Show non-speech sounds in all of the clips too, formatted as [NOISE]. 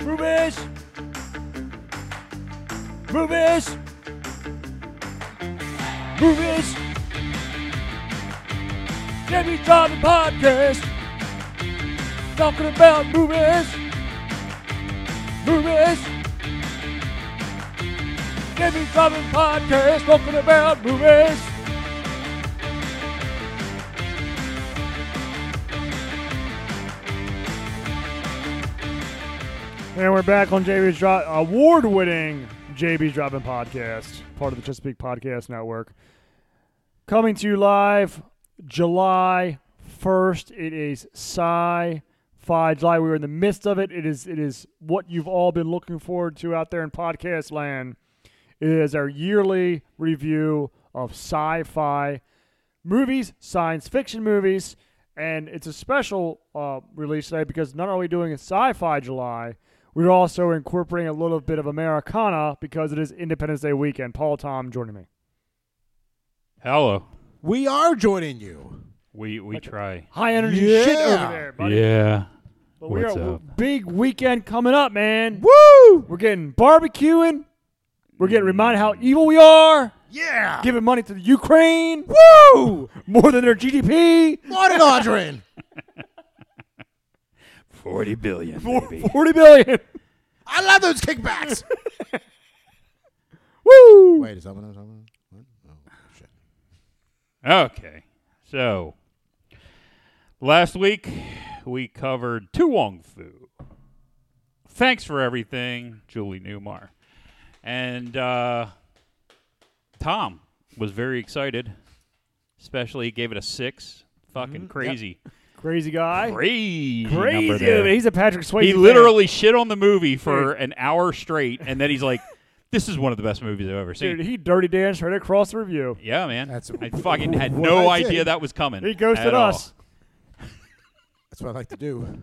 Rubish! Rubish! Rubish! Jamie Driving Podcast! Talking about movies! Movies! Jamie Driving Podcast! Talking about movies! And we're back on JB's Dro- award-winning JB's Dropping Podcast, part of the Chesapeake Podcast Network. Coming to you live July 1st. It is Sci-Fi July. We are in the midst of it. It is it is what you've all been looking forward to out there in podcast land. It is our yearly review of sci-fi movies, science fiction movies, and it's a special uh, release today because not only are we doing a sci-fi July, we're also incorporating a little bit of Americana because it is Independence Day weekend. Paul Tom joining me. Hello. We are joining you. We we try. High energy shit over Yeah. there, buddy. Yeah. But we What's are up? big weekend coming up, man. Woo! We're getting barbecuing. We're getting reminded how evil we are. Yeah! Giving money to the Ukraine Woo! more than their GDP. Morning, Audrin. Forty billion. Forty billion. I love those kickbacks. [LAUGHS] Woo! Wait, is that one? Is that one? What? Oh, shit. Okay. So last week we covered Tu Wong Fu. Thanks for everything, Julie Newmar. And uh, Tom was very excited. Especially he gave it a six. Fucking crazy. Crazy guy. Crazy. number Mm-hmm. Crazy. there. He's a Patrick Swayze. He fan. literally shit on the movie for an hour straight, and then he's like, [LAUGHS] "This is one of the best movies I've ever seen." Dude, he dirty danced right across the review. yeah, man. That's- I fucking had what no I did. idea that was coming. He ghosted at all. us. That's what I like to do.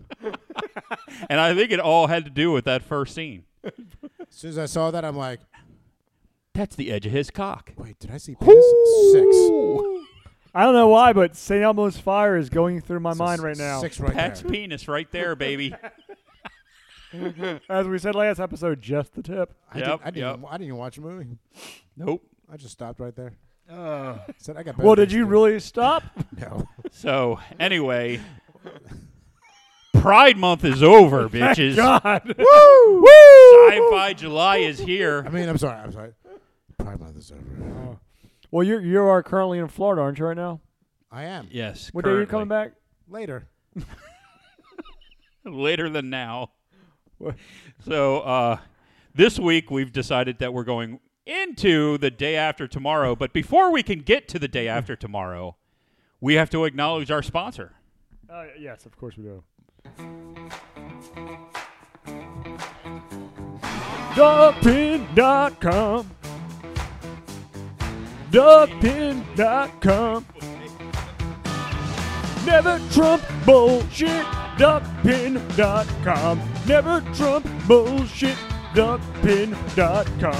and I think it all had to do with that first scene. As soon as I saw that, I'm like, That's the edge of his cock. wait, did I see penis? Six. I don't know why, but St. Elmo's Fire is going through my mind right now. Six right That's there. penis right there, [LAUGHS] baby. As we said last episode, just the tip. I, didn't, Yep, I, didn't, yep. even- I didn't even watch a movie. nope. I just stopped right there. Said I got better Uh. Well, did things you to really [LAUGHS] stop? do. No. So anyway, Pride Month is over, bitches. God. [LAUGHS] Woo! Woo! Sci-Fi July is I here. mean, I'm sorry. I'm sorry. Pride Month is over. Well, you're you are currently in Florida, aren't you? Right now. I am. Yes. What day are you coming currently. back? Later. [LAUGHS] Later than now. What? So uh, this week we've decided that we're going into the day after tomorrow. But before we can get to the day after tomorrow, we have to acknowledge our sponsor. Uh, yes, of course we do. Duckpin.com. Duckpin.com. Never Trump bullshit. Duckpin.com. Never Trump bullshit. Duckpin.com.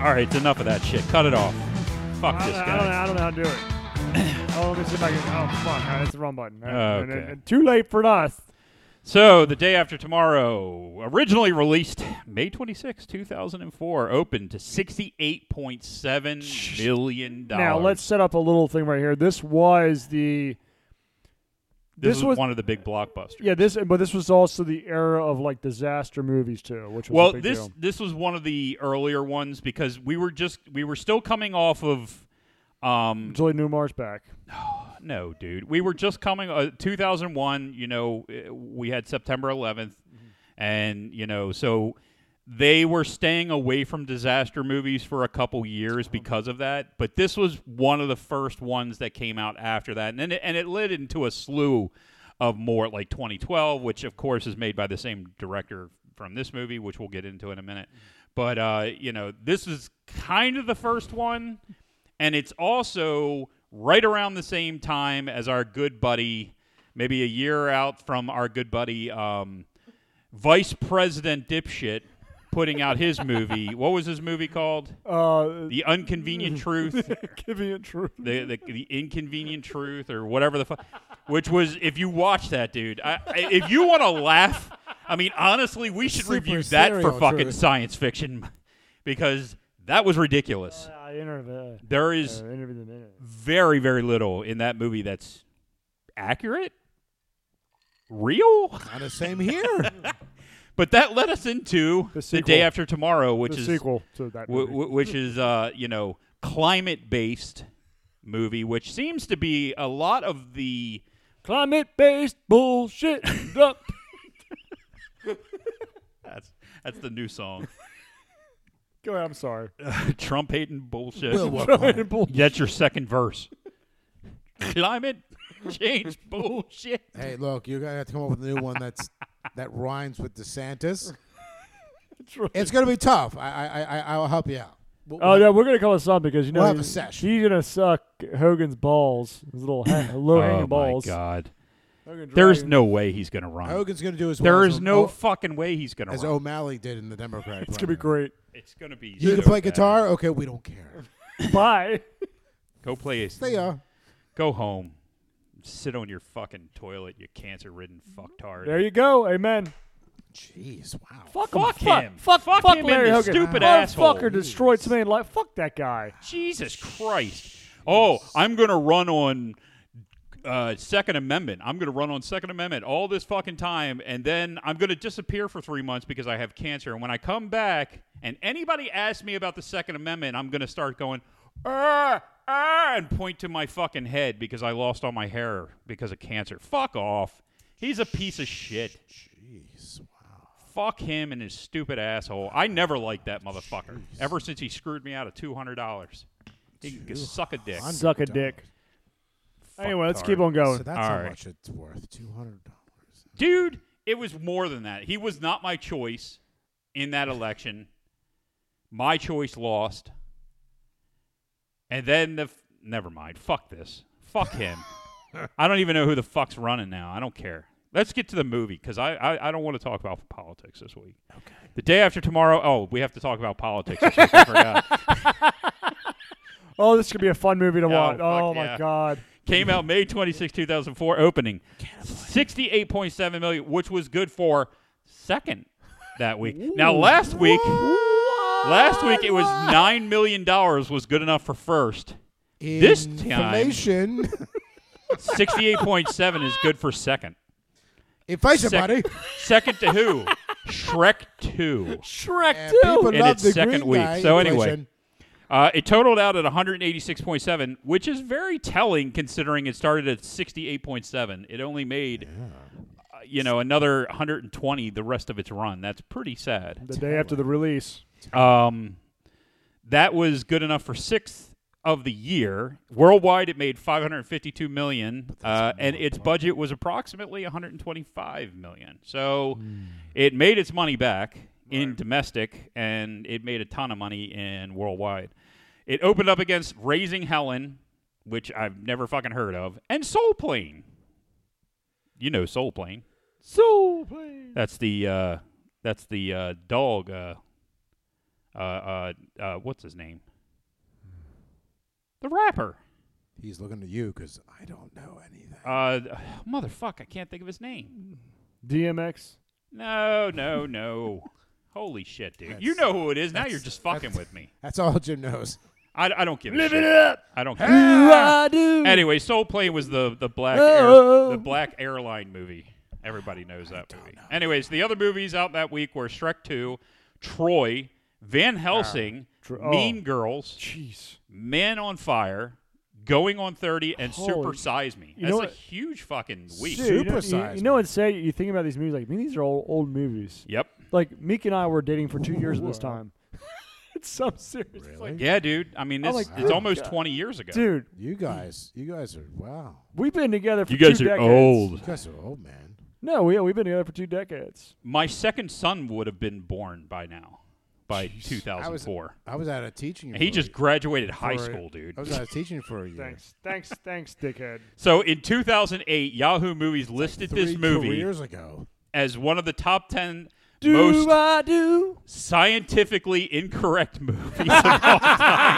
All right, it's enough of that shit. Cut it off. Fuck I this don't, I, don't, guy. I don't know how to do it. [COUGHS] oh, let me see if I can. Oh, fuck. All right, that's the wrong button. All right, and- Oh, Okay. and too late for us. So, the day after tomorrow, originally released May 26, 2004, opened to 68.7 million dollars. Now let's set up a little thing right here. This was the this This, was, was- one of the big blockbusters. yeah this, but this was also the era of like disaster movies too, which was a Well, big this deal. this was one of the earlier ones because we were just we were still coming off of um Julie Newmar's back. no, dude. We were just coming uh, 2001, you know, uh, we had September 11th Mm-hmm. and you know, so they were staying away from disaster movies for a couple years because of that, but this was one of the first ones that came out after that. And then it, and it led into a slew of more like 2012, which of course is made by the same director from this movie, which we'll get into in a minute. But uh, you know, this is kind of the first one, and it's also right around the same time as our good buddy, maybe a year out from our good buddy, um, Vice President Dipshit putting out his movie. What was his movie called? Uh, The [LAUGHS] Unconvenient Truth. give me a truth. the, the the inconvenient truth or whatever the fuck, which was if you watch that dude, I, I- if you want to laugh, I mean honestly, we should Super review that for serial fucking truth. science fiction because that was ridiculous. Uh, I interviewed. There Uh, is interviewed the minute. very very little in that movie that's accurate, real. Kind of [LAUGHS] same here. But that led us into The the, sequel. day after tomorrow, which the is sequel to that. w- Movie. w- which is uh, you know climate based movie, which seems to be a lot of the Climate-based [LAUGHS] bullshit. Up. That's that's the new song. Go ahead. I'm sorry. [LAUGHS] Trump hating bullshit. we'll work on it. Bull- that's your second verse. Climate change bullshit. Hey, look, you're gonna have to come up with a new one that's that rhymes [LAUGHS] with DeSantis. It's gonna be tough. I I I I- I'll help you out. We'll- [LAUGHS] Oh no, we're gonna call it some because you know We'll have a he's- sesh. he's gonna suck Hogan's balls, his little [COUGHS] ha- low hanging oh balls. my god. Hogan There's Dragon. no way he's gonna run. Hogan's gonna do as well there as is no O- fucking way he's gonna as run. O'Malley did in the Democratic. It's gonna be primary. great. it's gonna be. You so can play bad. guitar. Okay, we don't care. Bye. [LAUGHS] Go play. a- Stay up. Go home. Sit on your fucking toilet, you cancer-ridden fucktard. There you go. Amen. Jeez, wow. Fuck, fuck Fuck him. Fuck, Fuck fuck him and Larry his Hogan. stupid Motherfucker asshole. destroyed so many lives. Fuck that guy. Jesus Christ. Oh, I'm going to run on uh, Second Amendment. I'm going to run on Second Amendment all this fucking time, and then I'm going to disappear for three months because I have cancer. And when I come back, and anybody asks me about the Second Amendment, I'm going to start going, ah, ah, and point to my fucking head because I lost all my hair because of cancer. Fuck off. He's a piece of shit. Jeez, wow. Fuck him and his stupid asshole. I never liked that motherfucker. Ever since he screwed me out of two hundred dollars, he can suck a dick. Suck a $100. dick. Anyway, let's Fucktard. keep on going. So that's All how right. much it's worth. Two hundred dollars. Dude, it was more than that. He was not my choice in that election. My choice lost. And then the. F- Never mind. Fuck this. Fuck him. I don't even know who the fuck's running now. I don't care. Let's get to the movie because I, I, I don't want to talk about politics this week. Okay. The day after tomorrow. Oh, we have to talk about politics. This week. I forgot. oh, this could be a fun movie to Oh, watch. fuck Oh my yeah. god. Came out May 26, 2004, opening 68.7 million, which was good for second that week. Now, last week. Last week it was nine million dollars was good enough for first. This time- inflation. [LAUGHS] Sixty-eight point seven is good for second. inflation, Sec- [LAUGHS] buddy. Second to who? Shrek two. Shrek And too. people In love its the second green week. guy So anyway. inflation. Uh, it totaled out at one hundred eighty-six point seven, which is very telling considering it started at sixty-eight point seven. It only made. uh, You know, another 120 the rest of its run. That's pretty sad. The day after the release. Um, that was good enough for sixth of the year. Worldwide, it made 552 million, uh, and its budget was approximately 125 million. So it made its money back in domestic, and it made a ton of money in worldwide. It opened up against Raising Helen, which I've never fucking heard of, and Soul Plane. You know Soul Plane. So please. That's the uh, that's the uh, dog. Uh, uh, uh, uh, what's his name? The rapper. He's looking to you because I don't know anything. Uh, [SIGHS] motherfuck, I can't think of his name. DMX. No, no, [LAUGHS] no. Holy shit, dude! you That's- know who it is. Now you're that's- just fucking that's- with me. That's all [LAUGHS] Jim knows. I, I don't give a Live shit. it up. I don't. Do Care. I do. Anyway, Soul Plane was the the black Oh. air, the black airline movie. Everybody knows that movie. Anyways, the other movies out that week were Shrek Two, Troy, Van Helsing, Ah, Tro- oh. Mean Girls, Jeez. Man on Fire, Going on Thirty, and Holy- Super Size Me. You That's know a what- huge fucking week. Dude, you know- you, Supersized you know what's sad? You think about these movies like, I mean, these are all old movies. Yep. Like Meek and I were dating for two years at this time. [LAUGHS] it's so serious. It's Really? like, Yeah, dude. I mean, Oh this my it's God. almost twenty years ago. dude, You guys, you guys are wow. we've been together for you guys two are decades. old. You guys are old man. No, we, we've been together for two decades. My second son would have been born by now, by two I thousand was four. I was at a teaching. He for- just graduated high for- school, dude. I was at a teaching for a [LAUGHS] year. Thanks, thanks, thanks, dickhead. So in 2008, Yahoo Movies listed Three this movie careers ago. as one of the top 10 Do Most- I [LAUGHS] do? scientifically incorrect [LAUGHS] movies of all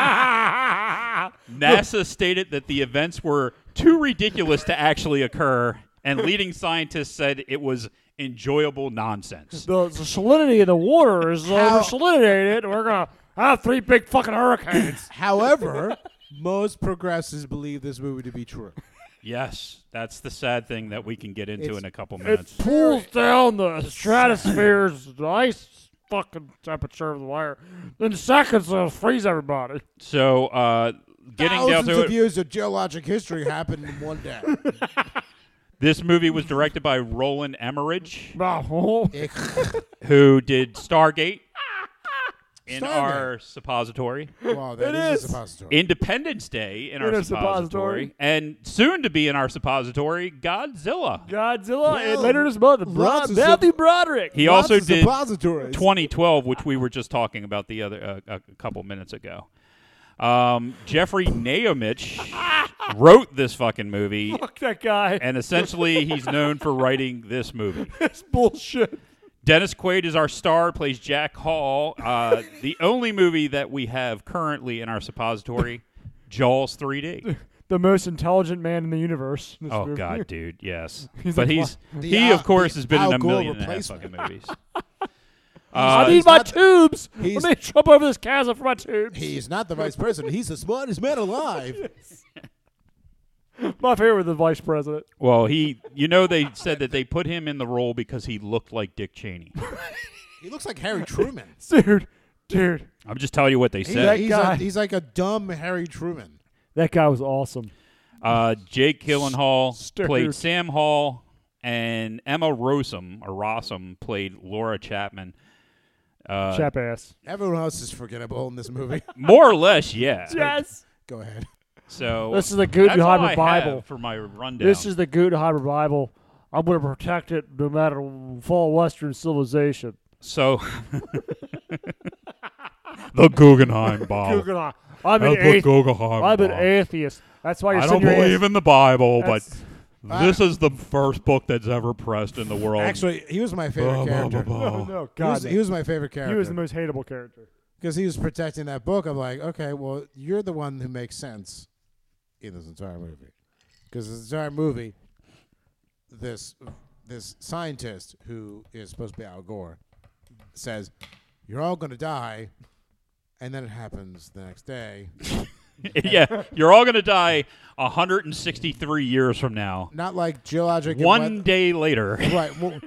time. NASA stated that the events were too ridiculous to actually occur, and leading scientists said it was enjoyable nonsense. The, the salinity of the water is How- over salinated. We're gonna have three big fucking [COUGHS] hurricanes. However, [LAUGHS] most progressives believe this movie to be true. Yes, that's the sad thing that we can get into It's- in a couple it minutes. pulls down the stratosphere's the ice fucking temperature of the wire. In seconds, it'll freeze everybody. [LAUGHS] So, uh, getting down Thousands to of it, years of geologic history happened in one [LAUGHS] day. this movie was directed by Roland Emmerich, No. Ich- who did Stargate in Stargate. our suppository. wow, It that is, is. a suppository. Independence Day in our In a suppository, suppository. and soon to be in our suppository, Godzilla. Godzilla and Well, later this month, Bro- lots of Matthew Broderick. He Lots also of did suppositories. 2012, which we were just talking about the other uh, a couple minutes ago. Um, Jeffrey Naomich wrote this fucking movie, Fuck that guy. [LAUGHS] and essentially he's known for writing this movie. That's bullshit. Dennis Quaid is our star, plays Jack Hall. [LAUGHS] Uh, the only movie that we have currently in our suppository, [LAUGHS] Jaws 3D. The most intelligent man in the universe. This Oh movie. God, dude, [LAUGHS] yes. He's but a he's The he Al- of course the has been in Al a Gore million and a half fucking replacement. [LAUGHS] movies. [LAUGHS] I Uh, need my not- tubes. he's- Let me jump over this chasm for my tubes. He's not the vice president. He's the smartest man alive. my favorite, the vice president. [LAUGHS] well, he you know they said that they put him in the role because he looked like Dick Cheney. He looks [LAUGHS] like Harry Truman. Dude, dude, I'm just telling you what they He's, that said. he's, guy. a, he's like a dumb Harry Truman. that guy was awesome. Uh, Jake Gyllenhaal Stirred. played Sam Hall, and Emma Rossum or Rossum played Laura Chapman. Uh, Chap ass. Everyone else is forgettable in [LAUGHS] this movie. more or less, yeah. Yes. Go ahead. So This is the Good that's all Hybrid I Bible. have for my rundown. This is the Gutenheim revival. I'm going to protect it no matter fall Western civilization. So [LAUGHS] the Guggenheim bomb. Guggenheim. I'm an, athe- Guggenheim I'm an atheist. That's why you're I don't sitting your believe ass- in the Bible, but That's- this is the first book that's ever pressed in the world. [LAUGHS] Actually, he was my Blah, favorite blah, character. blah, Oh, blah. [LAUGHS] no, He was, God. he was my favorite he was the character most hateable character. because he was protecting that book. I'm like, okay, well, you're the one who makes sense in this entire movie because this entire movie, this this scientist who is supposed to be Al Gore says, "You're all going to die," and then it happens the next day. yeah, you're all gonna die 163 years from now. Not like geologic and One weath- day later. [LAUGHS] [LAUGHS] right. Well,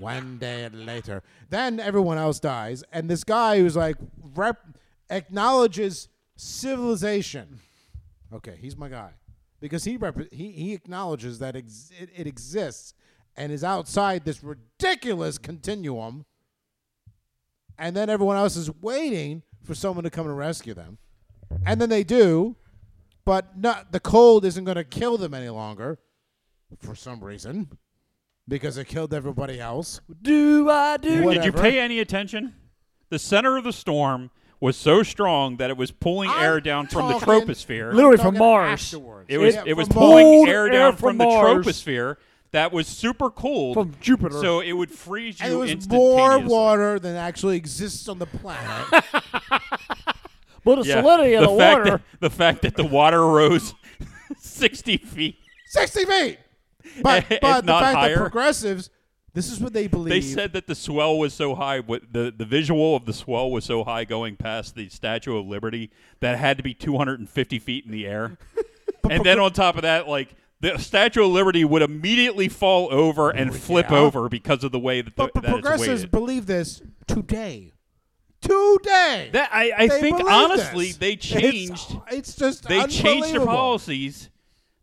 one day later. Then everyone else dies, and this guy who's like rep acknowledges civilization. Okay, he's my guy because he rep- he he acknowledges that ex- it, it exists and is outside this ridiculous continuum. And then everyone else is waiting for someone to come and rescue them, and then they do, but not the cold isn't going to kill them any longer, for some reason because it killed everybody else. Do I do? What- Did you Whatever. pay any attention? The center of the storm was so strong that it was pulling air I'm down from the talking- troposphere. Literally from Talking Mars. afterwards. It was Yeah, it was from pulling Cold air air down from, from the Mars. troposphere that was super cold From Jupiter. so it would freeze you. And it was more instantaneously. water than actually exists on the [LAUGHS] planet. Well, the Yeah. salinity of the, fact water. That, the fact that the water rose [LAUGHS] sixty feet. Sixty feet. But If but the not fact higher. that progressives, this is what they believe. They said that the swell was so high. What the the visual of the swell was so high going past the Statue of Liberty that it had to be two hundred and fifty feet in the air. [LAUGHS] and then on top of that, like. The Statue of Liberty would immediately fall over and flip Oh, yeah. over because of the way that the but, but that it's progressives weighted. believe this today. Today. That I, I They think believe honestly this. they It's- changed It's, just they changed their unbelievable. policies.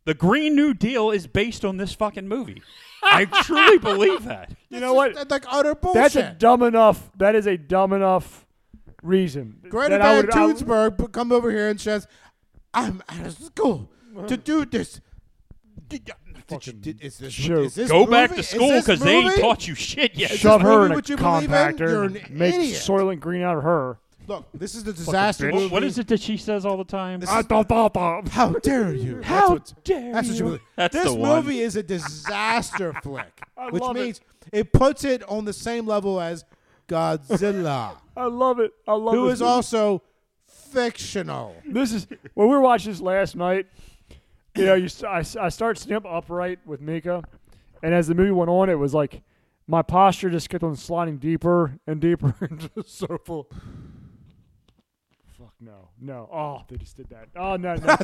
The Green New Deal is based on this fucking movie. I truly believe that. you It's know what? just, like utter bullshit. That's a dumb enough. That is a dumb enough reason. Greta that I Van would- I would- Toonsberg p- come over here and says, "I'm out of school to do this." Did, y- did you, did, is this, joke. [LAUGHS] is this Go back to movie- is school this because they ain't movie? taught you shit yet. Is shove this her movie in a what you believe in? compactor You're and an make idiot. [LAUGHS] soylent green out of her. Look, this is the disaster bitch. movie. What is it that she says all the time? This I thought, thought, thought. How dare you? How that's what, dare that's what you you. believe. That's this the one. movie is [LAUGHS] a disaster flick, I which love it. means it. puts it on the same level as [LAUGHS] Godzilla, I love it. I love who this is movie. also [LAUGHS] fictional. This is when we were watching this last night. You know, you s- I, s- I start sitting up upright with Mika, and as the movie went on, it was like my posture just kept on sliding deeper and deeper [LAUGHS] into the circle. Fuck no, no! Oh, they just did that. Oh no, [LAUGHS] no!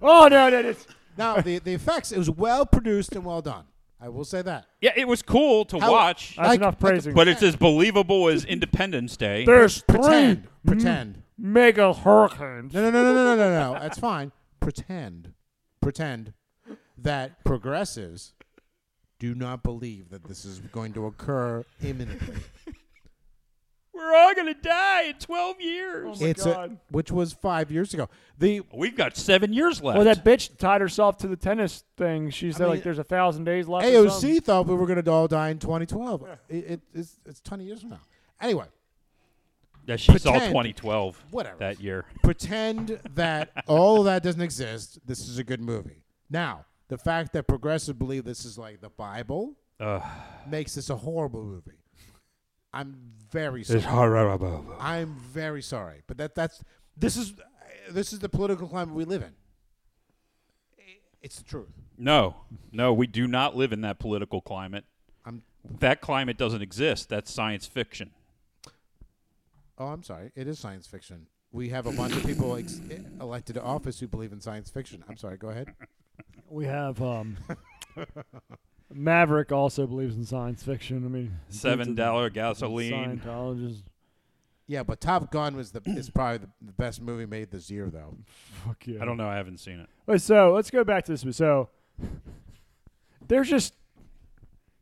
oh no, no! It's, [LAUGHS] now the the effects. It was well produced and well done. I will say that. yeah, it was cool to How- watch, that's Like- enough like a- praising. but it's as believable as Independence Day. There's three Pretend, pretend. mega hurricanes. No, no, no, no, no, no, no, no. That's fine. Pretend, pretend that progressives do not believe that this is going to occur [LAUGHS] imminently. We're all gonna die in twelve years. Oh my it's God. A, which was five years ago. The We've got seven years left. Well, that bitch tied herself to the tennis thing. She said like mean, there's a thousand days left. or something. AOC thought we were going to all die in 2012. It, it, it's, it's 20 years from now. Anyway, Yeah, she saw pretend. 2012. Whatever. That year. pretend that all of that doesn't exist. This is a good movie. Now, the fact that progressives believe this is like the Bible Ugh. makes this a horrible movie. I'm very sorry. It's horrible. I'm very sorry, but that that's this is this is the political climate we live in. It's the truth. No, no, we do not live in that political climate. I'm That climate doesn't exist. That's science fiction. Oh, I'm sorry. It is science fiction. We have a bunch of people ex- elected to office who believe in science fiction. I'm sorry. Go ahead. We have um, Maverick also believes in science fiction. I mean, Seven dollar gasoline. Scientologists. Yeah, but Top Gun was the is probably the, the best movie made this year, though. Fuck yeah. I don't know. I haven't seen it. Wait, so let's go back to this. So [LAUGHS] there's just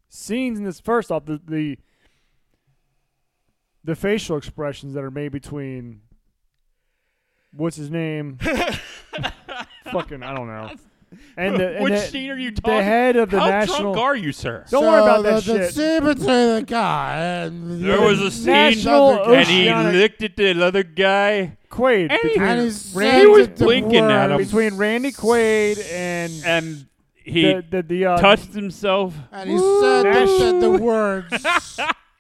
scenes in this. First off, the the, the facial expressions that are made between what's his [LAUGHS] name, fucking I don't know, and the, [LAUGHS] and Which the- scene are you the talking? head of the How national. drunk are you, sir? Don't worry about the, that the shit. scene between the guy and There the- was a scene, National and and he Oceanic licked at the other guy, Quaid. And he- between- and his Randy was blinking at him. between Randy Quaid and and he the the, the uh, touched himself. and he said Nash- the, said the words. [LAUGHS]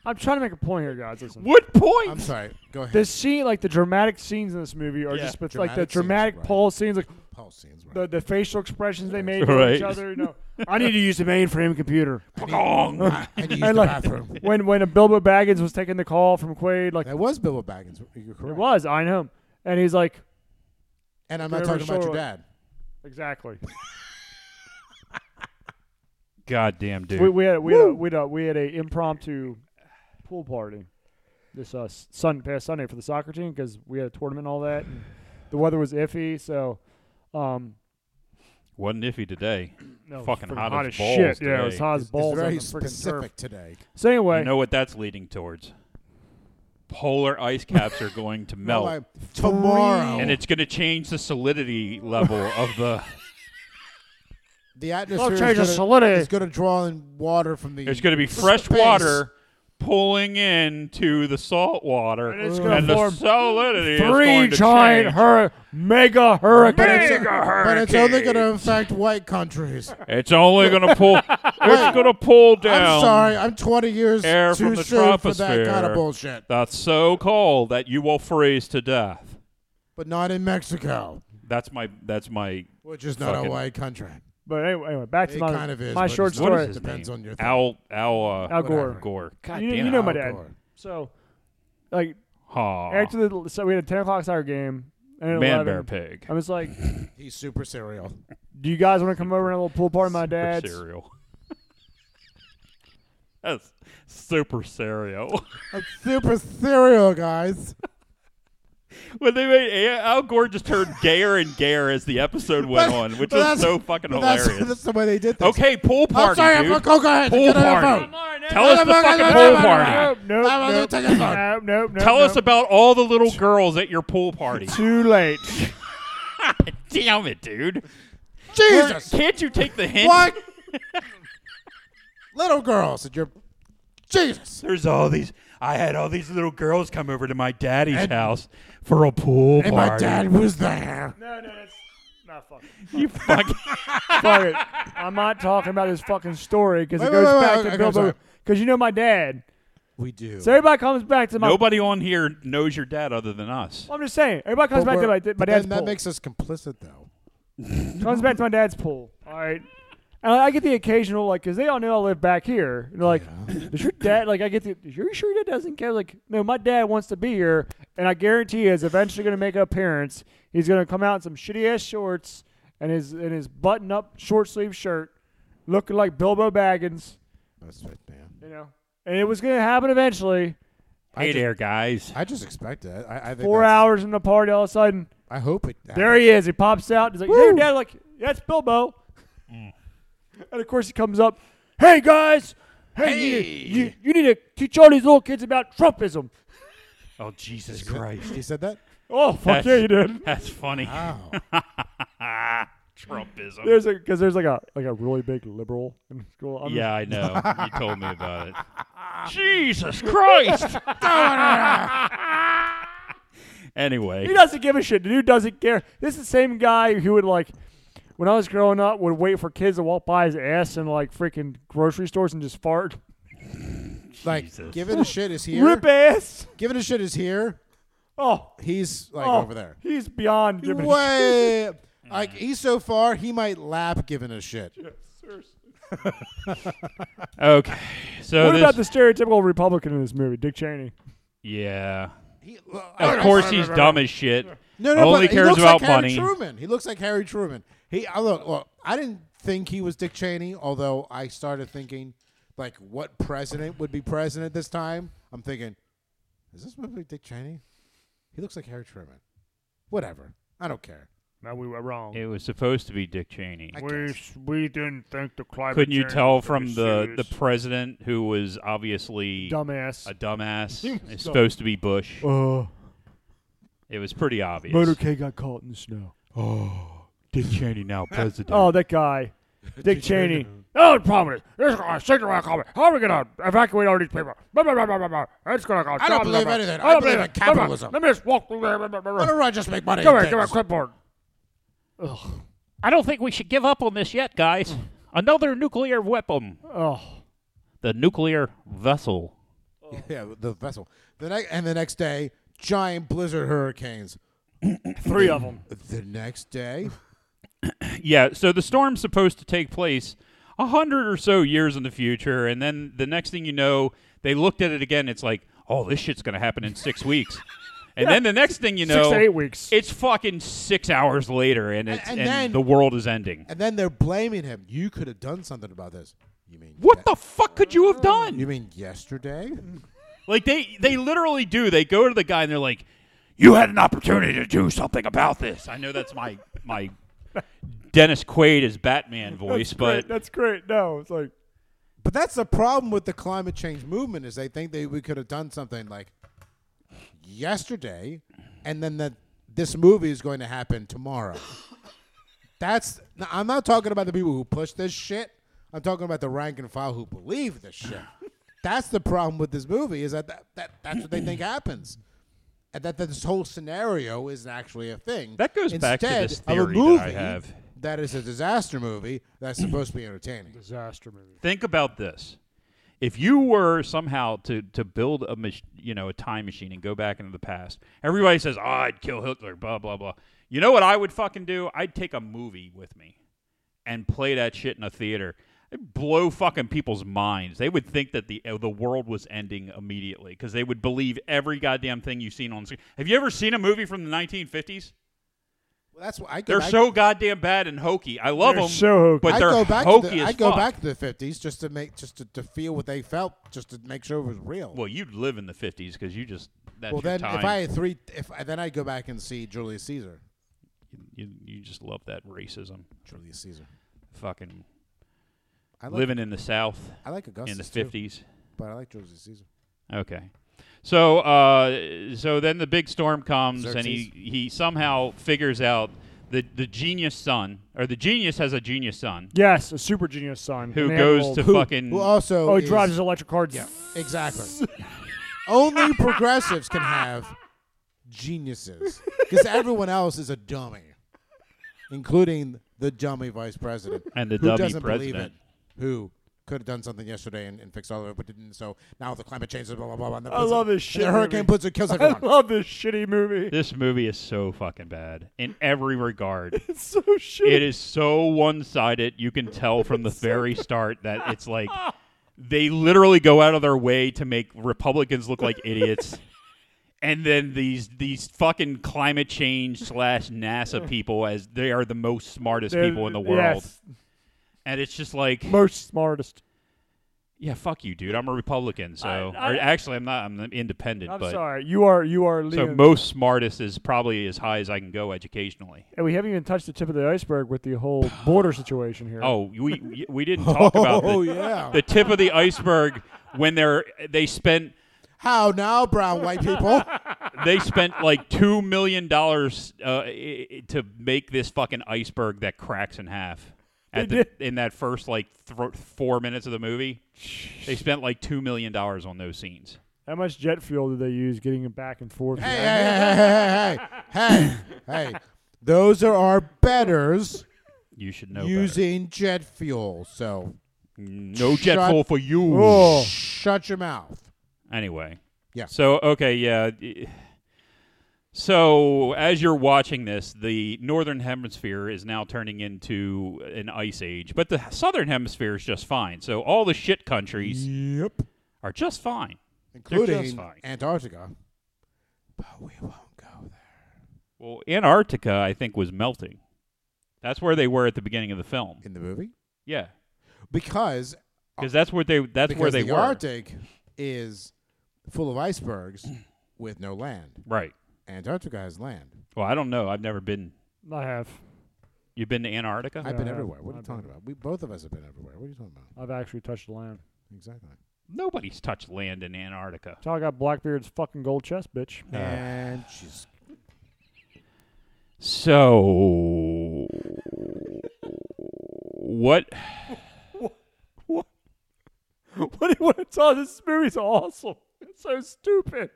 I'm trying to make a point here, guys. Listen. What point? I'm sorry. Go ahead. The scene, like the dramatic scenes in this movie, are Yeah. just but like the Dramatic scenes, dramatic right. pole scenes, like Paul scenes. Right. the, the facial expressions they [LAUGHS] made to each Right. other. You know, I need to use the mainframe computer. [LAUGHS] Pagong. and he used And the like bathroom. [LAUGHS] when when a Bilbo Baggins was taking the call from Quaid, like it That was Bilbo Baggins. You're correct. was I know, and he's like And I'm not Trevor talking about your Shore. dad. exactly. Goddamn dude. We, we had we had a, we had a, we had a impromptu pool party this uh, s- sun past Sunday for the soccer team because we had a tournament and all that. And the weather was iffy, so um, Wasn't iffy today. no, it was Fucking freaking hot as shit. balls Yeah, it was today. hot as It's balls on very the freaking turf. specific today. So anyway, You know what that's leading towards? Polar ice caps are going [LAUGHS] to melt. Like, tomorrow, and it's going to change the solidity level of the. the Well, atmosphere change the is gonna- solidity. is going to draw in water from the. There's going to be the fresh space. water pulling into the salt water, And it's gonna and the form solidity is three going to giant change. hur- mega But hurricanes. it's, Mega but it's only going to hurricanes. affect white [LAUGHS] countries. it's only going to pull. it's going to pull down. I'm sorry, I'm 20 years Air too from the soon for that kind troposphere. of bullshit. That's so cold that you will freeze to death. But not in Mexico, That's my. That's my. which is not Fucking- a white country. But anyway, anyway, back to It my kind of is. my but short it's not. story. What is his depends name? on your. thing. Al. Al. Uh, Al Gore. Whatever. Gore. God You, damn you it. know my dad. Outdoor. So, like Huh. after the so we had a ten o'clock hour game and at Man 11, Bear Pig. I was like, He's super cereal. "Do you guys want to come over and have a little pool party?" at My Super dad's. cereal. [LAUGHS] That's super cereal. [LAUGHS] A super cereal, guys. when they made Al Gore just turned gayer and gayer as the [LAUGHS] episode went But- on, which but was that's- so fucking but that's, hilarious. That's the way they did this. okay, pool party, I'm sorry. dude. I'm, go, go ahead. pool get on your party. phone. Tell us the Get on fucking your pool phone. party. Nope, nope, I'm gonna nope, take a phone. nope, nope, nope, Tell us nope. about all the little girls at your pool [LAUGHS] party. [LAUGHS] Too late. Damn it, dude. Jesus. Can't you take the hint? What? Little girls at your Jesus. There's all these. I had all these little girls come over to my daddy's house for a pool And party. my dad was there. No, no, that's not fucking. You [LAUGHS] fucking Fuck it. I'm not talking about his fucking story because it Wait, goes wait, wait, back to wait, okay, I'm Bilbo. sorry. Because you know my dad. We do. So everybody comes back to my. nobody on here knows your dad other than us. I'm just saying. Everybody comes But back to we're- my, my but dad's then that pool. makes us complicit, though. comes back to my dad's pool. All right. And I get the occasional like, because they all know I live back here. And they're like, "Does your dad like?" I get the, "Are you sure your dad doesn't care?" Like, no, my dad wants to be here, and I guarantee he is eventually going to make an appearance. He's going to come out in some shitty ass shorts and his and his button up short sleeve shirt, looking like Bilbo Baggins, That's right, man. you know. And it was going to happen eventually. I Hey just- there, guys. I just expect it. I, I think Four that's- hours in the party, all of a sudden, I hope it. There he is. He pops out. He's like, "Hey, Dad!" Like, that's Bilbo. And of course, he comes up. Hey guys, hey, You, you, you need to teach all these little kids about Trumpism. Oh Jesus happens. Christ. He said that. Oh fuck That's- yeah, you did. That's funny. Wow. [LAUGHS] Trumpism. There's a because there's like a like a really big liberal in school. I'm yeah, I know. You told me about it. [LAUGHS] Jesus Christ. He [LAUGHS] anyway, doesn't give a shit. The dude doesn't care. This is the same guy who would like when I was growing up would wait for kids to walk by his ass in like freaking grocery stores and just fart. like, Jesus. give it a shit is here. Rip ass. Give it a shit is here. Oh, He's like oh, over there. He's beyond giving a shit. Way. like Mm. he's so far, he might lap giving a shit. okay. So What this, about the stereotypical Republican in this movie, Dick Cheney? Yeah. He, well, I Of don't course know. he's dumb as shit. No, no, Only but cares he looks about like money. Harry Truman. He looks like Harry Truman. He I look, look, I didn't think he was Dick Cheney, although I started thinking, like, what president would be president this time? I'm thinking, is this movie Dick Cheney? He looks like Harry Truman. Whatever. I don't care. No, we were wrong. It was supposed to be Dick Cheney. I we guess. we didn't think the climate. Couldn't you change tell was gonna from be the, the serious. president who was obviously dumbass? a dumbass? He was It's dumb. supposed to be Bush. Uh, It was pretty obvious. motorcade got caught in the snow. Dick Cheney now [LAUGHS] president. Oh, that [LAUGHS] guy, Dick Cheney. Oh, the problem is, this is gonna stick to my comment. How are we gonna evacuate all these people? Blah, blah, blah, blah, blah, blah. It's gonna go. I don't believe anything. I believe in it. Blah, blah. capitalism. Let me just walk through there. Blah, blah, blah, [LAUGHS] Why blah. don't I just make money? Come and here, give me a things? clipboard. I don't think we should give up on this yet, guys. Another nuclear weapon. Oh, The nuclear vessel. [LAUGHS] Yeah, the vessel. The ne- and the next day, giant blizzard hurricanes. [COUGHS] three of them. The next day, Yeah, so the storm's supposed to take place a hundred or so years in the future, and then the next thing you know, they looked at it again. It's like, oh, this shit's gonna happen in [LAUGHS] six weeks, and then the next thing you know, Six to eight weeks. It's fucking six hours later, and it's and, and then- the world is ending. and then they're blaming him. You could have done something about this. You mean What the fuck could you have done? You mean yesterday? Like they they literally do. They go to the guy and they're like, "You had an opportunity to do something about this." I know that's my my Dennis Quaid as Batman voice, but Great, that's great. No, it's like But that's the problem with the climate change movement is they think they we could have done something like yesterday, and then that this movie is going to happen tomorrow. that's now, I'm not talking about the people who push this shit. I'm talking about the rank and file who believe this shit. that's the problem with this movie is that, that, that that's what [CLEARS THROAT] they think happens. And that, that this whole scenario is actually a thing. That goes back to Instead this of a theory that I movie have. That is a disaster movie that's supposed to be entertaining. disaster movie. think about this if you were somehow to, to build a mach- you know a time machine and go back into the past everybody says oh, i'd kill hitler blah blah blah you know what i would fucking do i'd take a movie with me and play that shit in a theater It'd blow fucking people's minds they would think that the uh, the world was ending immediately because they would believe every goddamn thing you've seen on screen have you ever seen a movie from the 1950s Well, that's what I go they're back- so goddamn bad and hokey i love They're them so hokey. but I they're go back hokey to the, as I go fuck. back to the fifties just to make just to, to feel what they felt, just to make sure it was real. Well, you'd live in the fifties because you just that's Well, your then time. if I had three, if I, then I'd go back and see Julius Caesar. you, you just love that racism, Julius Caesar. fucking I like, living in the South I like Augustus in the too, fifties. but I like Julius Caesar. Okay, so uh, so then the big storm comes and he Xerxes. he somehow figures out the the genius son or the genius has a genius son Yes, a super genius son who an goes animal. to Who, fucking who also Oh, he is- drives his electric car. Yeah, exactly. [LAUGHS] Only progressives can have geniuses because everyone else is a dummy, including the dummy vice president And the who dummy doesn't believe president. it, who could have done something yesterday and, and fixed all of it, but didn't. So now the climate change is blah blah blah. And the- I love this shit The hurricane movie. puts it [LAUGHS] kills I everyone. love this shitty movie. This movie is so fucking bad in every regard. It's so shitty. it is so one-sided. You can tell from the very start [LAUGHS] that it's like they literally go out of their way to make Republicans look like idiots. And then these these fucking climate change slash [LAUGHS] NASA people as they are the most smartest They're- people in the world. yes, And it's just like most smartest. Yeah, fuck you, dude. I'm a Republican, so I- or actually, I'm not. I'm independent, I'm but sorry. You are you are so Liam. most smartest is probably as high as I can go educationally. and we haven't even touched the tip of the iceberg with the whole [SIGHS] border situation here. Oh, we we- [LAUGHS] we didn't talk about oh the, yeah. the tip of the iceberg when they're they spent How now, brown [LAUGHS] white people? they spent like two million dollars uh, i- i- to make this fucking iceberg that cracks in half. At They the, in that first like thro four minutes of the movie, they spent like two million dollars on those scenes. How much jet fuel did they use getting it back and forth? hey, hey, hey, hey, hey, hey, hey. Those are our betters You should know. better. using jet fuel. So no Shut- jet fuel for you. Oh. shut your mouth. Anyway. Yeah. So okay, yeah. y- So as you're watching this, the northern hemisphere is now turning into an ice age, but the southern hemisphere is just fine. So all the shit countries Yep. are just fine. just Including fine. Antarctica. But we won't go there. Well, Antarctica, I think, was melting. That's where they were at the beginning of the film. In the movie? Yeah, Because because that's where they that's because where they the were. Arctic is full of icebergs with no land. Right. Antarctica has land. Well, I don't know. I've never been. I have. You've been to Antarctica? I've been Yeah, everywhere. What are you I've talking been- about? We both of us have been everywhere. What are you talking about? I've actually touched the land. Exactly. Nobody's touched land in Antarctica. Talk about Blackbeard's fucking gold chest, bitch. [LAUGHS] Uh. and she's So, what? what do you want to talk? This movie's awesome. It's so stupid.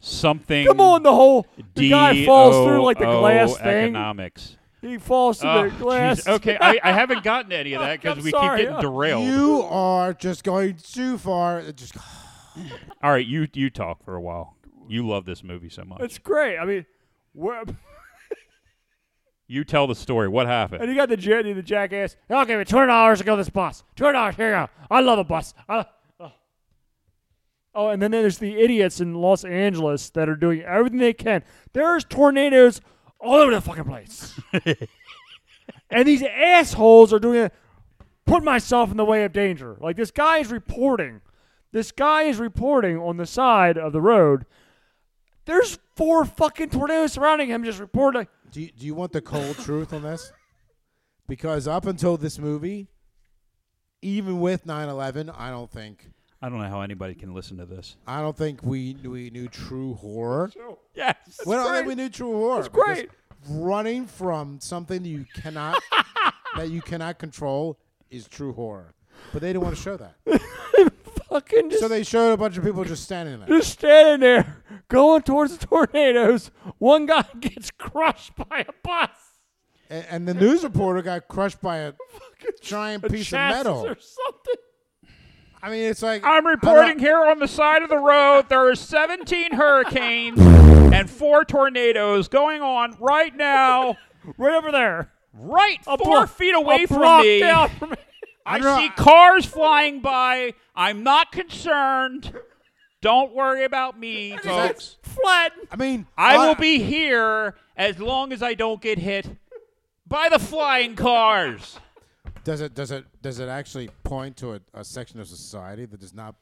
Something. Come on, the whole the guy falls through like the glass DOO thing. economics. He falls through Oh, the glass. jeez. Okay, I, I haven't [LAUGHS] gotten to any of that I'm because we sorry. keep getting derailed. You are just going too far. It Just All right, you you talk for a while. You love this movie so much. It's great. I mean, where, you tell the story. What and happened? you got the jetty, the jackass. I'll give you twenty dollars to go this bus. Twenty dollars. Here you go. I love a bus. I lo- oh. Oh, and then there's the idiots in Los Angeles that are doing everything they can. There's tornadoes all over the fucking place, and these assholes are doing it. Put myself in the way of danger. Like this guy is reporting. This guy is reporting on the side of the road. There's four fucking tornadoes surrounding him, just reporting. do you, do you want the cold truth on this? Because up until this movie, even with 9/11, I don't think I don't know how anybody can listen to this. I don't think we we knew true horror. Yes. We don't think we knew true horror. It's great. Running from something you [LAUGHS] cannot that you cannot control is true horror. But they didn't want to show that, Fucking just so they showed a bunch of people just [LAUGHS] standing there. just standing there going towards the tornadoes. One guy [LAUGHS] gets crushed by a bus. And, and the news reporter got crushed by a giant A piece of chassis metal. or something. I mean, it's like I'm not- reporting here on the side of the road. There are 17 [LAUGHS] hurricanes and four tornadoes going on right now, Right over there. right A four block- feet a away from block me. down from me. [LAUGHS] I don't know. see cars flying by. I'm not concerned. Don't worry about me, folks. Flat. I mean, I uh, will be here as long as I don't get hit by the flying cars. Does it does it does it actually point to a, a section of society that does not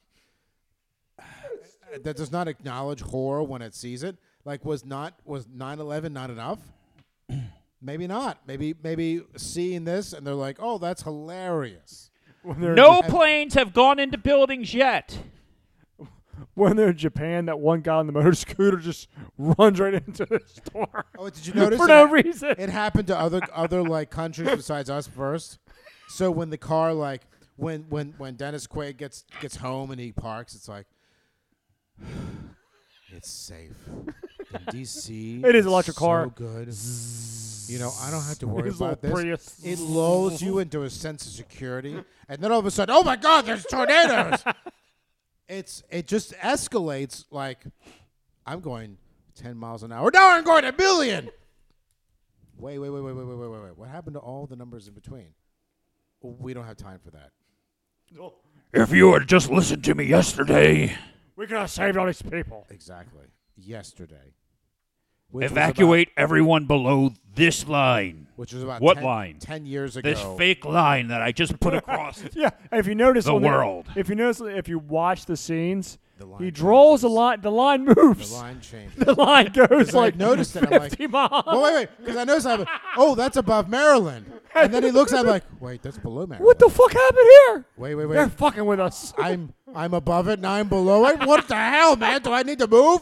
that does not acknowledge horror when it sees it? Like, was not was 9-11 not enough? Maybe not. Maybe maybe seeing this and they're like, oh, that's hilarious. When they're, No planes have gone into buildings yet. when they're in Japan, that one guy on the motor scooter just [LAUGHS] runs right into the store. Oh, did [LAUGHS] you notice For it no ha- reason. It happened to other other [LAUGHS] like countries besides us first. So when the car like when when when Dennis Quaid gets gets home and he parks, it's like [SIGHS] It's [LAUGHS] safe. In DC. It is electric so car. good. You know, I don't have [LAUGHS] to worry His little about this. Prius. It lulls you into a sense of security, and then all of a sudden, oh my God, there's [LAUGHS] tornadoes! it's it just escalates. Like I'm going 10 miles an hour. Now I'm going a billion. Wait, wait, wait, wait, wait, wait, wait, wait, wait. What happened to all the numbers in between? We don't have time for that. If you had just listened to me yesterday, We could have saved all these people. Exactly. Yesterday. Which was about- everyone below this line. which was about What 10 line? 10 years ago. fake line that I just [LAUGHS] put across. Yeah, and if you notice, The on world. if you notice, if you watch the scenes, The line he draws a changes. line. The line moves. The [LAUGHS] line changed. [LAUGHS] The line goes I like noticed it, I'm like- 50 miles. Oh wait, wait, because I noticed that. Oh, that's above Maryland. And then he looks at it like, wait, that's below Maryland. What the fuck happened here? Wait, wait, They're wait. fucking with us. I'm I'm above it and I'm below it. What the hell, man? Do I need to move?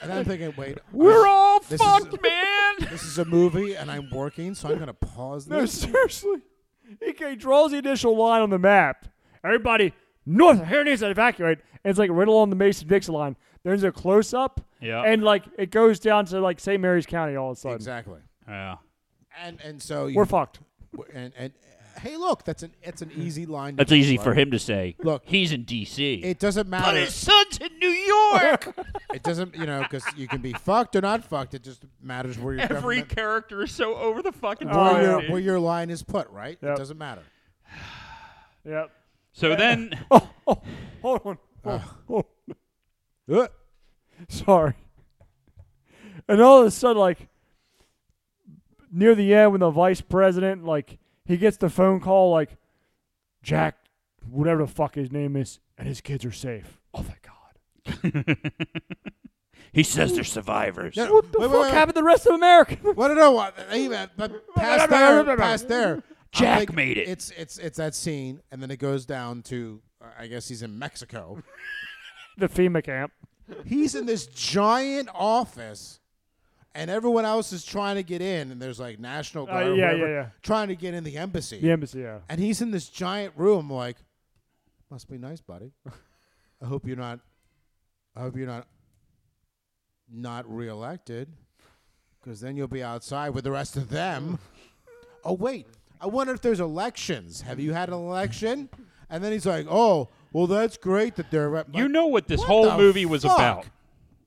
And I'm thinking, wait, We're I- all This is- fucked, man. This is a movie and I'm working, so I'm gonna pause [LAUGHS] No, this. seriously. He ca- draws the initial line on the map. Everybody, north, here needs to evacuate. And it's like right along the Mason Dixon line. There's a close up. Yeah. And like it goes down to like St. Mary's County all of a sudden. Exactly. Yeah. And and so you, We're fucked. and and hey, look, that's an it's an easy line. to That's do, easy right? for him to say. Look. he's in D.C. It doesn't but matter. his son's in New York. It doesn't, you know, because you can be fucked or not fucked. It just matters where your Every government, character is so over the fucking Oh, top. where, yeah. your, where your line is put, right? Yep. It doesn't matter. Yep. So then, Oh, oh, hold on. Oh, oh. Uh, [LAUGHS] Sorry. And all of a sudden, like near the end, when the vice president, like he gets the phone call, like Jack, whatever the fuck his name is, and his kids are safe. Oh thank God! he says they're survivors. No, What the wait, wait, fuck wait. happened to the rest of America? [LAUGHS] Well, no, no, uh, hey, man, but past there, past there. I'm Jack thinking made it. It's it's it's that scene, and then it goes down to uh, I guess he's in Mexico. the FEMA camp. he's in this giant office, and everyone else is trying to get in, and there's like National Guard, or Uh, yeah, whoever, yeah, yeah. trying to get in the embassy. The embassy. Yeah. And he's in this giant room, like, must be nice, buddy. I hope you're not. I hope you're not. Not reelected, because then you'll be outside with the rest of [LAUGHS] them. oh wait, I wonder if there's elections. Have you had an election? And then he's like, oh, well, that's great that they're rep- you like, know what this What whole the movie was fuck? about.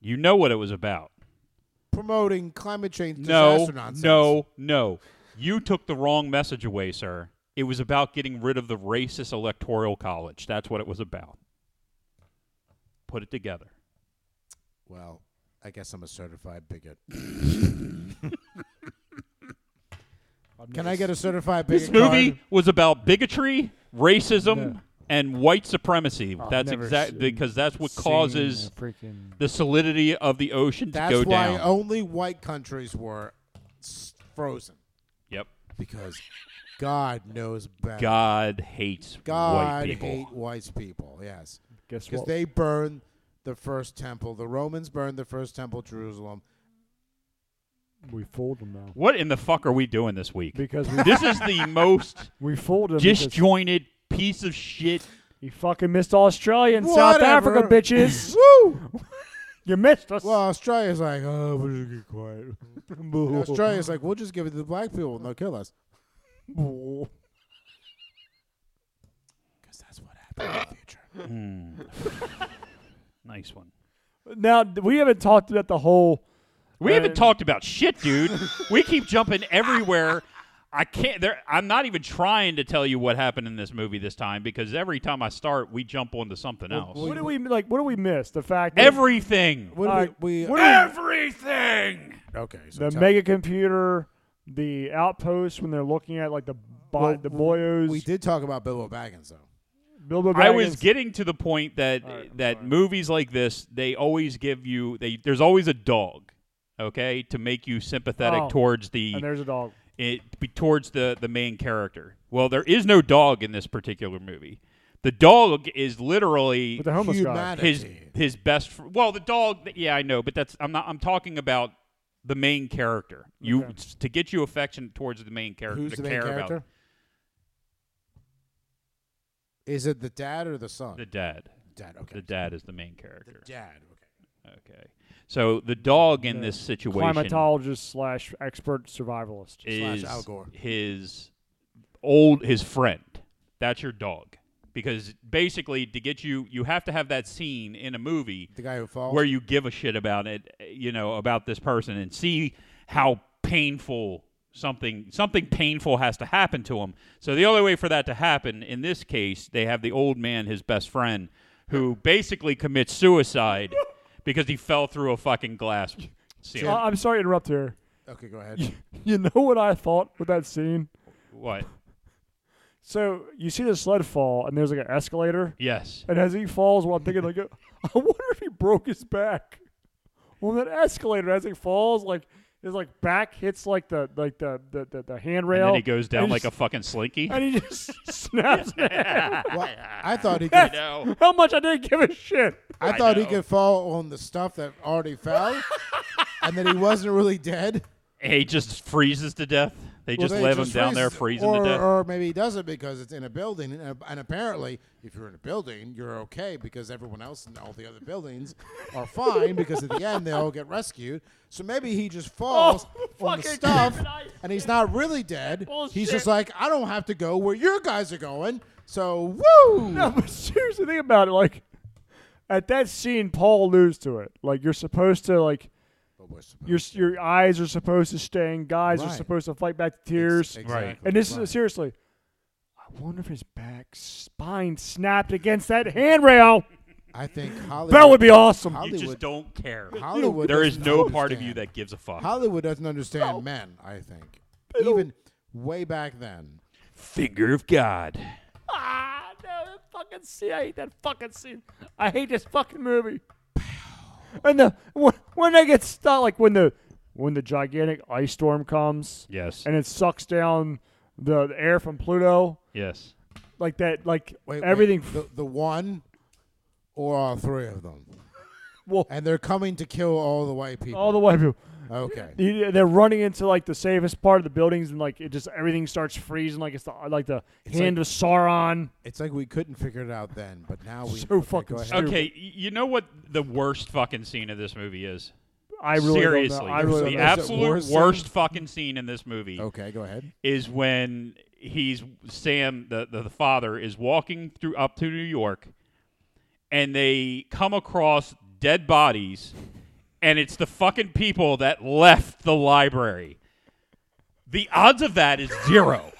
You know what it was about. promoting climate change No, disaster nonsense. no, no. You took the wrong message away, sir. It was about getting rid of the racist electoral college. That's what it was about. Put it together. Well, I guess I'm a certified [LAUGHS] bigot. Can I get a certified bigot? This movie card? was about bigotry, racism, and white supremacy. that's never exact seen- because that's what causes the solidity of the ocean to That's go why oh, down. only white countries were s- frozen yep. because God knows better. God hates God white people. hate white people. Yes, Guess because what? they burned the first temple. The Romans burned the first temple, Jerusalem. we fooled them though. what in the fuck are we doing this week? Because we [LAUGHS] this is the [LAUGHS] most we fooled them. because disjointed piece of shit. He fucking missed Australia and South Africa, Whatever. bitches. [LAUGHS] Woo! you missed us. Well, Australia's like, oh, we're just get [LAUGHS] quiet. And Australia's like, we'll just give it to the black people and they'll kill us. Because that's what happened in the future. Nice one. Now th- we haven't talked about the whole. We haven't Uh, talked about shit, dude. [LAUGHS] we keep jumping everywhere. I can't. There, I'm not even trying to tell you what happened in this movie this time because every time I start, we jump onto something else. What did we like? What did we miss? The fact that everything. What All do right, we, uh, we what do we- everything. okay, so the tell- mega computer, the outpost when they're looking at like the bo- Well, the boyos. we did talk about Bilbo Baggins though. Bilbo I was Baggins. getting to the point that right, I'm that sorry. movies like this, they always give you. They there's always a dog, okay, to make you sympathetic Oh. towards the and there's a dog. it be towards the the main character. Well, there is no dog in this particular movie. The dog is literally With the homeless guy. Humanity. his his best. Fr- well, the dog. Yeah, I know, but that's I'm not. I'm talking about the main character. You Okay. to get you affection towards the main character. Who's to the main care character? About Is it the dad or the son? the dad. dad. Okay. The dad is the main character. dad. Okay. Okay. So the dog in this situation Climatologist slash expert survivalist. is Slash Al Gore. his old his friend. That's your dog. Because basically to get you you have to have that scene in a movie The guy who falls. where you give a shit about it, you know, about this person and see how painful something something painful has to happen to him. So the only way for that to happen in this case, they have the old man, his best friend, who basically commits suicide because he fell through a fucking glass ceiling. Uh, I'm sorry to interrupt [LAUGHS] here. okay, go ahead. You know what I thought with that scene? What? So you see the sled fall, and there's like an escalator, Yes. and as he falls, well, I'm thinking like, [LAUGHS] I wonder if he broke his back. Well, that escalator as he falls, like his like back hits like the like the the the, the And handrail, then he goes down and like he a fucking slinky. just- [LAUGHS] and he [LAUGHS] just snaps. in half. Well, I thought he I [LAUGHS] could. know. [LAUGHS] How much I didn't give a shit. [LAUGHS] I I thought he know. could fall on the stuff that already fell, and that he wasn't really [LAUGHS] dead. He just freezes to death. They Well, just they leave him down freeze- there freezing or, to death. Or maybe he doesn't because it's in a building, and, uh, and apparently, if you're in a building, you're okay because everyone else in all the other buildings are fine because at the end they all get rescued. So maybe he [LAUGHS] just falls Oh, on the fucking stuff, Gemini and he's not really dead. He's Bullshit. just like, I don't have to go where your guys are going. So woo! No, but seriously, think about it. Like at that scene, Paul alludes to it. Like you're supposed to like But we're supposed your your eyes are supposed to sting. Guys are Right. supposed to fight back the to- tears. Exactly. And this Right. is seriously. I wonder if his back spine snapped against that handrail. I think Hollywood. That would be awesome. You just Hollywood- don't care. Hollywood There is doesn't no part of understand. you that gives a fuck. Hollywood doesn't understand men. I think don't- even way back then. Finger of God. Ah, no, that fucking scene. I hate that fucking scene. I hate this fucking movie. And the when, when they get stuck, like when the when the gigantic ice storm comes, Yes. and it sucks down the, the air from Pluto, Yes. like that, like Wait, wait, everything. the, the one or all three of them. [LAUGHS] Well- and they're coming to kill all the white people. all the way through. okay. You- They're running into like the safest part of the buildings, and like it just everything starts freezing, like it's the like the hand of Sauron. It's like we couldn't figure it out then, but now we So okay, fucking go ahead. stupid. Okay, y- you know what the worst fucking scene of this movie is? I really Seriously. don't know. I really the don't know. ab- absolute Is it worst worst, scene? fucking scene in this movie Okay, [LAUGHS] go ahead. is when he's Sam the, the the father is walking through up to New York and they come across dead bodies and it's the fucking people that left the library. The odds of that is zero.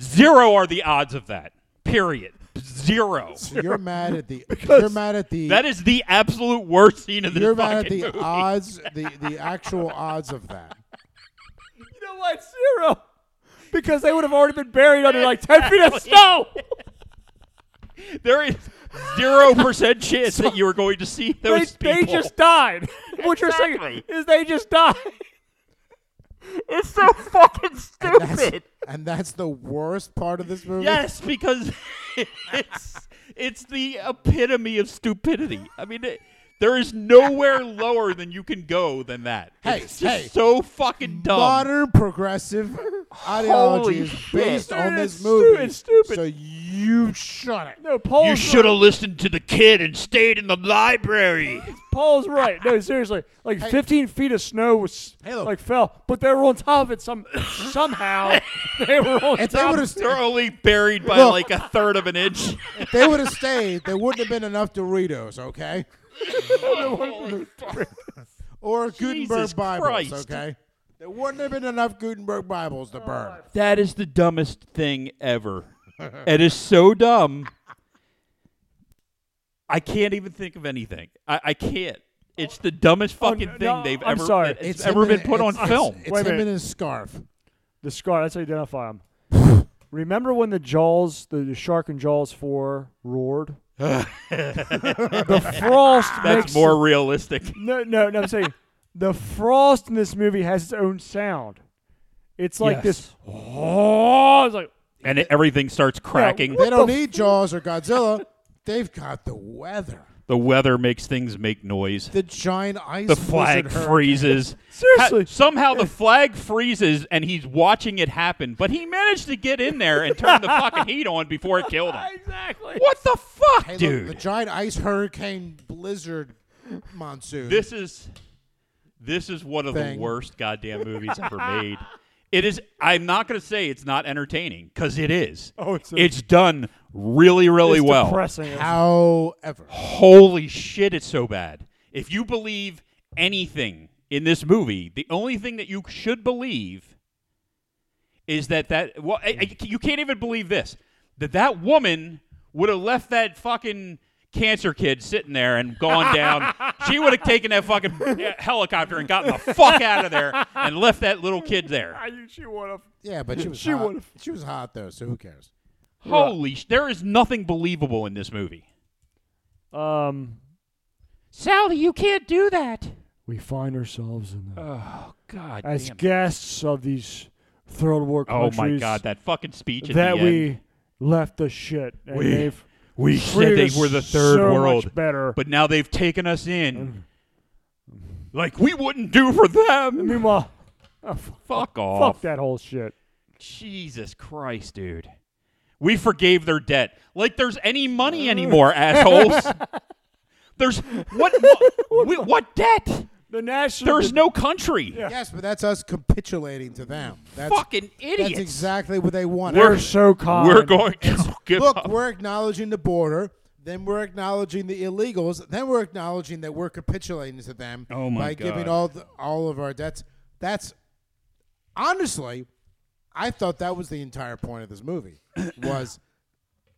zero are the odds of that. Period. Zero. So you're mad at [LAUGHS] the you're mad at the That is the absolute worst scene of this you're fucking mad at the movie. odds the the actual odds [LAUGHS] of that. You know what? Zero. Because they would have already been buried under like 10 feet of snow. There is zero percent chance that you are going to see They, [LAUGHS] those they people. just died. [LAUGHS] What you're saying Exactly. is they just died. [LAUGHS] It's so fucking That's, stupid. and that's the worst part of this movie. yes, because [LAUGHS] it's it's the epitome of stupidity. I mean, it, there is nowhere lower than you can go than that. Hey, it's just hey. so fucking Um, dumb. Modern progressive ideology Holy is shit. based on Dude, it's this movie. stu- it's stupid. So you shut it. No, Paul's you should have listened to the kid and stayed in the [LAUGHS] library. Paul's right. No, seriously. Like 15 feet of snow was Hey, look. like fell, but they were on top of it some [LAUGHS] somehow. they were on If they top. would of have They're only buried by Look. like a third of an inch. they would have stayed, there wouldn't have been enough Doritos, okay? Or Gutenberg Jesus Bibles, Christ. okay? There wouldn't have been enough Gutenberg Bibles to Oh, burn. That is the dumbest thing ever. it is so dumb. I can't even think of anything. I, I can't. It's the dumbest fucking Oh, no, thing no, they've I'm ever sorry. that it's It's ever him been in- put on it's- film. [LAUGHS] It's, Wait a him in minute. his scarf. The scar, that's how you identify them. [LAUGHS] Remember when the Jaws, the, the shark in Jaws 4 [LAUGHS] roared? the frost That's makes- more realistic. No, no, no, I'm saying the frost in this movie has its own sound. It's like this. Oh, it's like, And it, everything starts cracking. What They don't the need Jaws or Godzilla. They've got the weather. The weather makes things make noise. The giant ice The flag blizzard freezes. Seriously. Ha- somehow the flag freezes and he's watching it happen, but he managed to get in there and [LAUGHS] turn the fucking heat on before it killed him. exactly. What the fuck, Hey, look, dude? the giant ice hurricane blizzard monsoon. This is this is one of Thing. the worst goddamn movies [LAUGHS] ever made. It is. I'm not going to say it's not entertaining because it is. Oh, it's a- it's done really, really it's well. Depressing. However, Holy shit! It's so bad. If you believe anything in this movie, the only thing that you should believe is that that well, I, I- you can't even believe this that that woman would have left that fucking cancer kid sitting there and gone down. she would have taken that fucking uh, helicopter and gotten the fuck out of there and left that little kid there. I, she would have. yeah, [LAUGHS] but she was She hot. would've- She was hot though, so who cares? Holy! Sh- there is nothing believable in this movie. Um, Sally, you can't do that. we find ourselves in the, Oh God! as damn. guests of these third world Oh countries. my God! That fucking speech at that the we end. left the shit. And We they've We said treated they us were the third so world, Much better. but now they've taken us in. Like we wouldn't do for them. meanwhile, oh, f- Fuck off. fuck that whole shit. Jesus Christ, dude. We forgave their debt. Like there's any money [LAUGHS] anymore, assholes. There's what what, [LAUGHS] we- what debt? The national. There's no country. Yes, but that's us capitulating to them. That's Fucking idiots. that's exactly what they want. We're so kind. [LAUGHS] We're going to give Look, up. we're acknowledging the border. Then we're acknowledging the illegals. Then we're acknowledging that we're capitulating to them Oh my by God. giving all the, all of our debts. That's honestly, I thought that was the entire point of [COUGHS] this movie was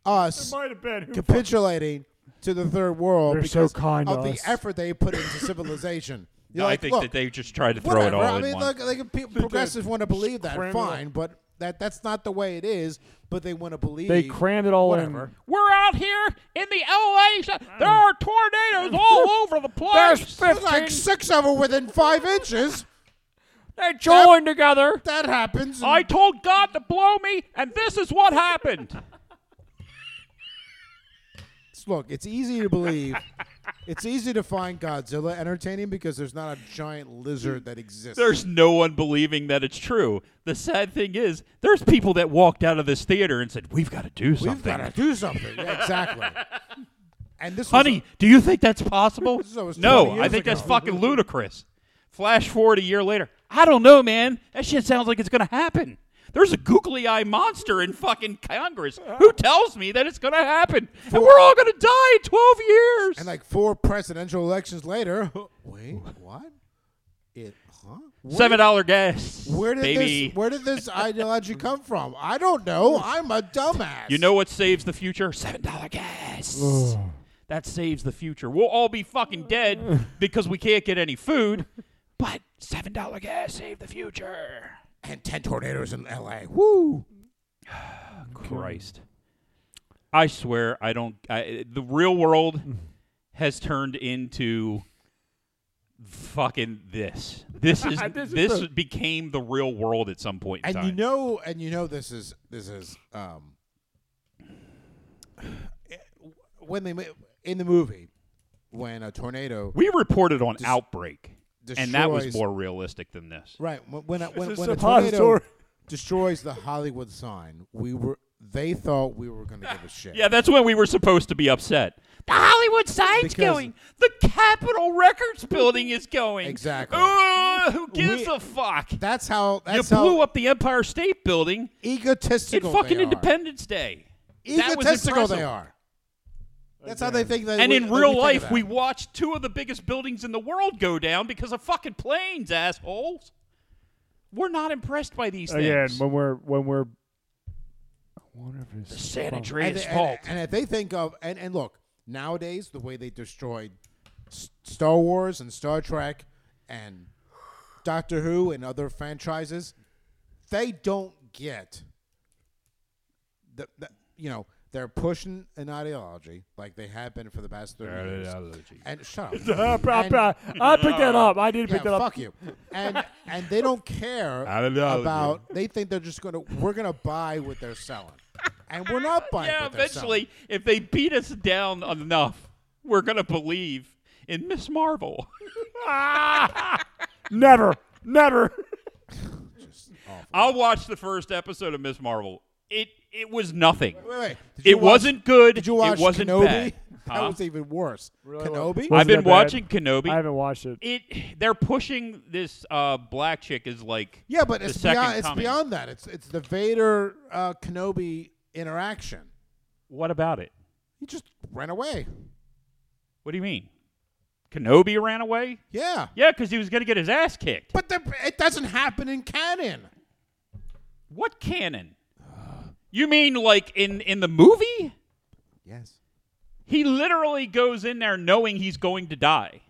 us Might have been. Who capitulating to the third world They're so because kind to of the us. effort they [LAUGHS] put into civilization. You're I like, think look, that they just tried to throw it whatever. all I in mean, one. look, like, if [LAUGHS] people, progressives want to believe that, cram it all. fine, but that that's not the way it is. But they want to believe They crammed it all whatever. in. We're out here in the LA. There are [LAUGHS] tornadoes all over the place. There's like six of them within five inches. They joined together. That happens. I told God to blow me, and this is what happened. Look, it's easy to believe. it's easy to find Godzilla entertaining because there's not a giant lizard that exists. There's no one believing that it's true. The sad thing is, there's people that walked out of this theater and said, "We've got to do We've something." got to do something. [LAUGHS] Yeah, exactly. and this, was Honey, do you think that's possible? This was 20 no, I years think that's ago. fucking ludicrous. Flash forward a year later. I don't know, man. That shit sounds like it's gonna happen. There's a googly eye monster in fucking Congress who tells me that it's gonna happen, and we're all gonna die in 12 years. a- and like four presidential elections later. [LAUGHS] Wait, what? It? Huh? Where- Seven dollar gas, Where did baby. this? Where did this ideology come from? I don't know. I'm a dumbass. You know what saves the future? Seven dollar gas. that saves the future. We'll all be fucking dead because we can't get any food. But seven dollar gas saved the future. And ten tornadoes in L.A. Woo! Christ. I swear I don't I, the real world has turned into fucking this. This is This this, is the- became the real world at some point in and time. you know and you know this is this is um when they ma- in the movie when a tornado we reported on outbreak and that was destroys- more realistic than this. right when when a, when, It's a when a tornado suppository. destroys the Hollywood sign we were they thought we were going to give a [LAUGHS] shit Yeah, that's when we were supposed to be upset. The Hollywood sign's Because- going. The Capitol Records building is going. Exactly. Uh, who gives We- a fuck? that's how You that's how blew up the Empire State Building in egotistical fucking they are. Independence Day. That was egotistical they impressive. are that's how they think that And we- in that we real think of life, that. we watched two of the biggest buildings in the world go down because of fucking planes, assholes. We're not impressed by these Again, things. when we're when we're. I wonder if it's the San fuck- and, Andreas and- fault. and if they think of and, and look nowadays the way they destroyed S- Star Wars and Star Trek and Doctor Who and other franchises, they don't get the, the you know they're pushing an ideology like they have been for the past thirty years. And shut [LAUGHS] up. Uh, I, I, I picked that up. I did Yeah, pick that up. fuck you. And and they [LAUGHS] don't care Ideology. about. They think they're just gonna. We're gonna buy what they're selling, and we're not buying. yeah, what they're selling. eventually, if they beat us down enough, we're gonna believe in Miss Marvel. [LAUGHS] Never, never. I'll watch the first episode of Miss Marvel. it it was nothing. Wait, wait. Did you It watch- wasn't good. Did you watch it wasn't Kenobi? bad. [LAUGHS] That Huh? was even worse. Really? Kenobi? What- I've wasn't been that bad. watching Kenobi. I haven't watched it. it they're pushing this uh, black chick is like yeah, but the it's second beyond, it's coming. beyond that. It's it's the Vader uh, Kenobi interaction. What about it? He just ran away. What do you mean? Kenobi ran away? Yeah. Yeah, because he was gonna get his ass kicked. But the, it doesn't happen in canon. What canon? You mean like in in the movie? Yes. He literally goes in there knowing he's going to die.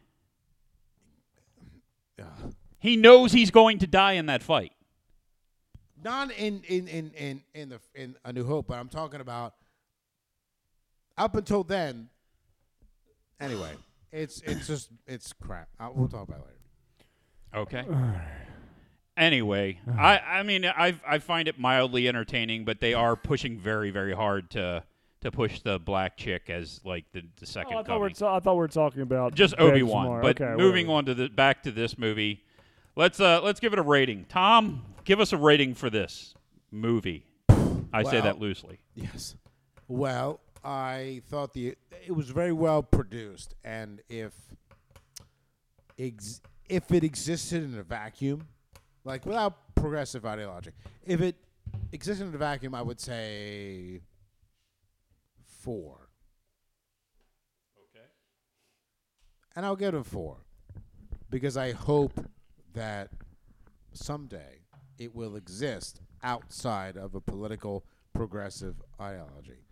He knows he's going to die in that fight. Not in in in in in the in A New Hope, but I'm talking about up until then. Anyway, it's it's just it's crap. Uh we'll talk about it later. [SIGHS] Okay. Anyway, I, I mean I I find it mildly entertaining, but they are pushing very very hard to to push the black chick as like the, the second Oh, I, thought we're coming. ta- I thought we were talking about Just Bags Obi Wan. Moore. But Okay, moving whatever. on to the back to this movie, let's uh let's give it a rating. Tom, give us a rating for this movie. I say Well, that loosely. Yes. Well, I thought the it was very well produced, and if ex, if it existed in a vacuum, like without progressive ideology, if it existed in a vacuum, I would say four. Okay. And I'll give it a four because I hope that someday it will exist outside of a political progressive ideology.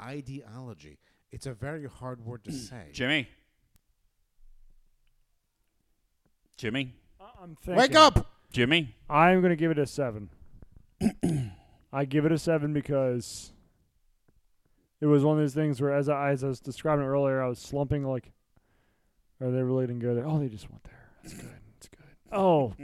Ideology. It's a very hard word to Mm. say. Jimmy. Jimmy. I- I'm thinking, Wake up! Jimmy. I'm going to give it a seven. I give it a seven because it was one of those things where, as I, as I was describing earlier, I was slumping like, are they really didn't go there? Oh, they just went there. That's good. That's good. Oh,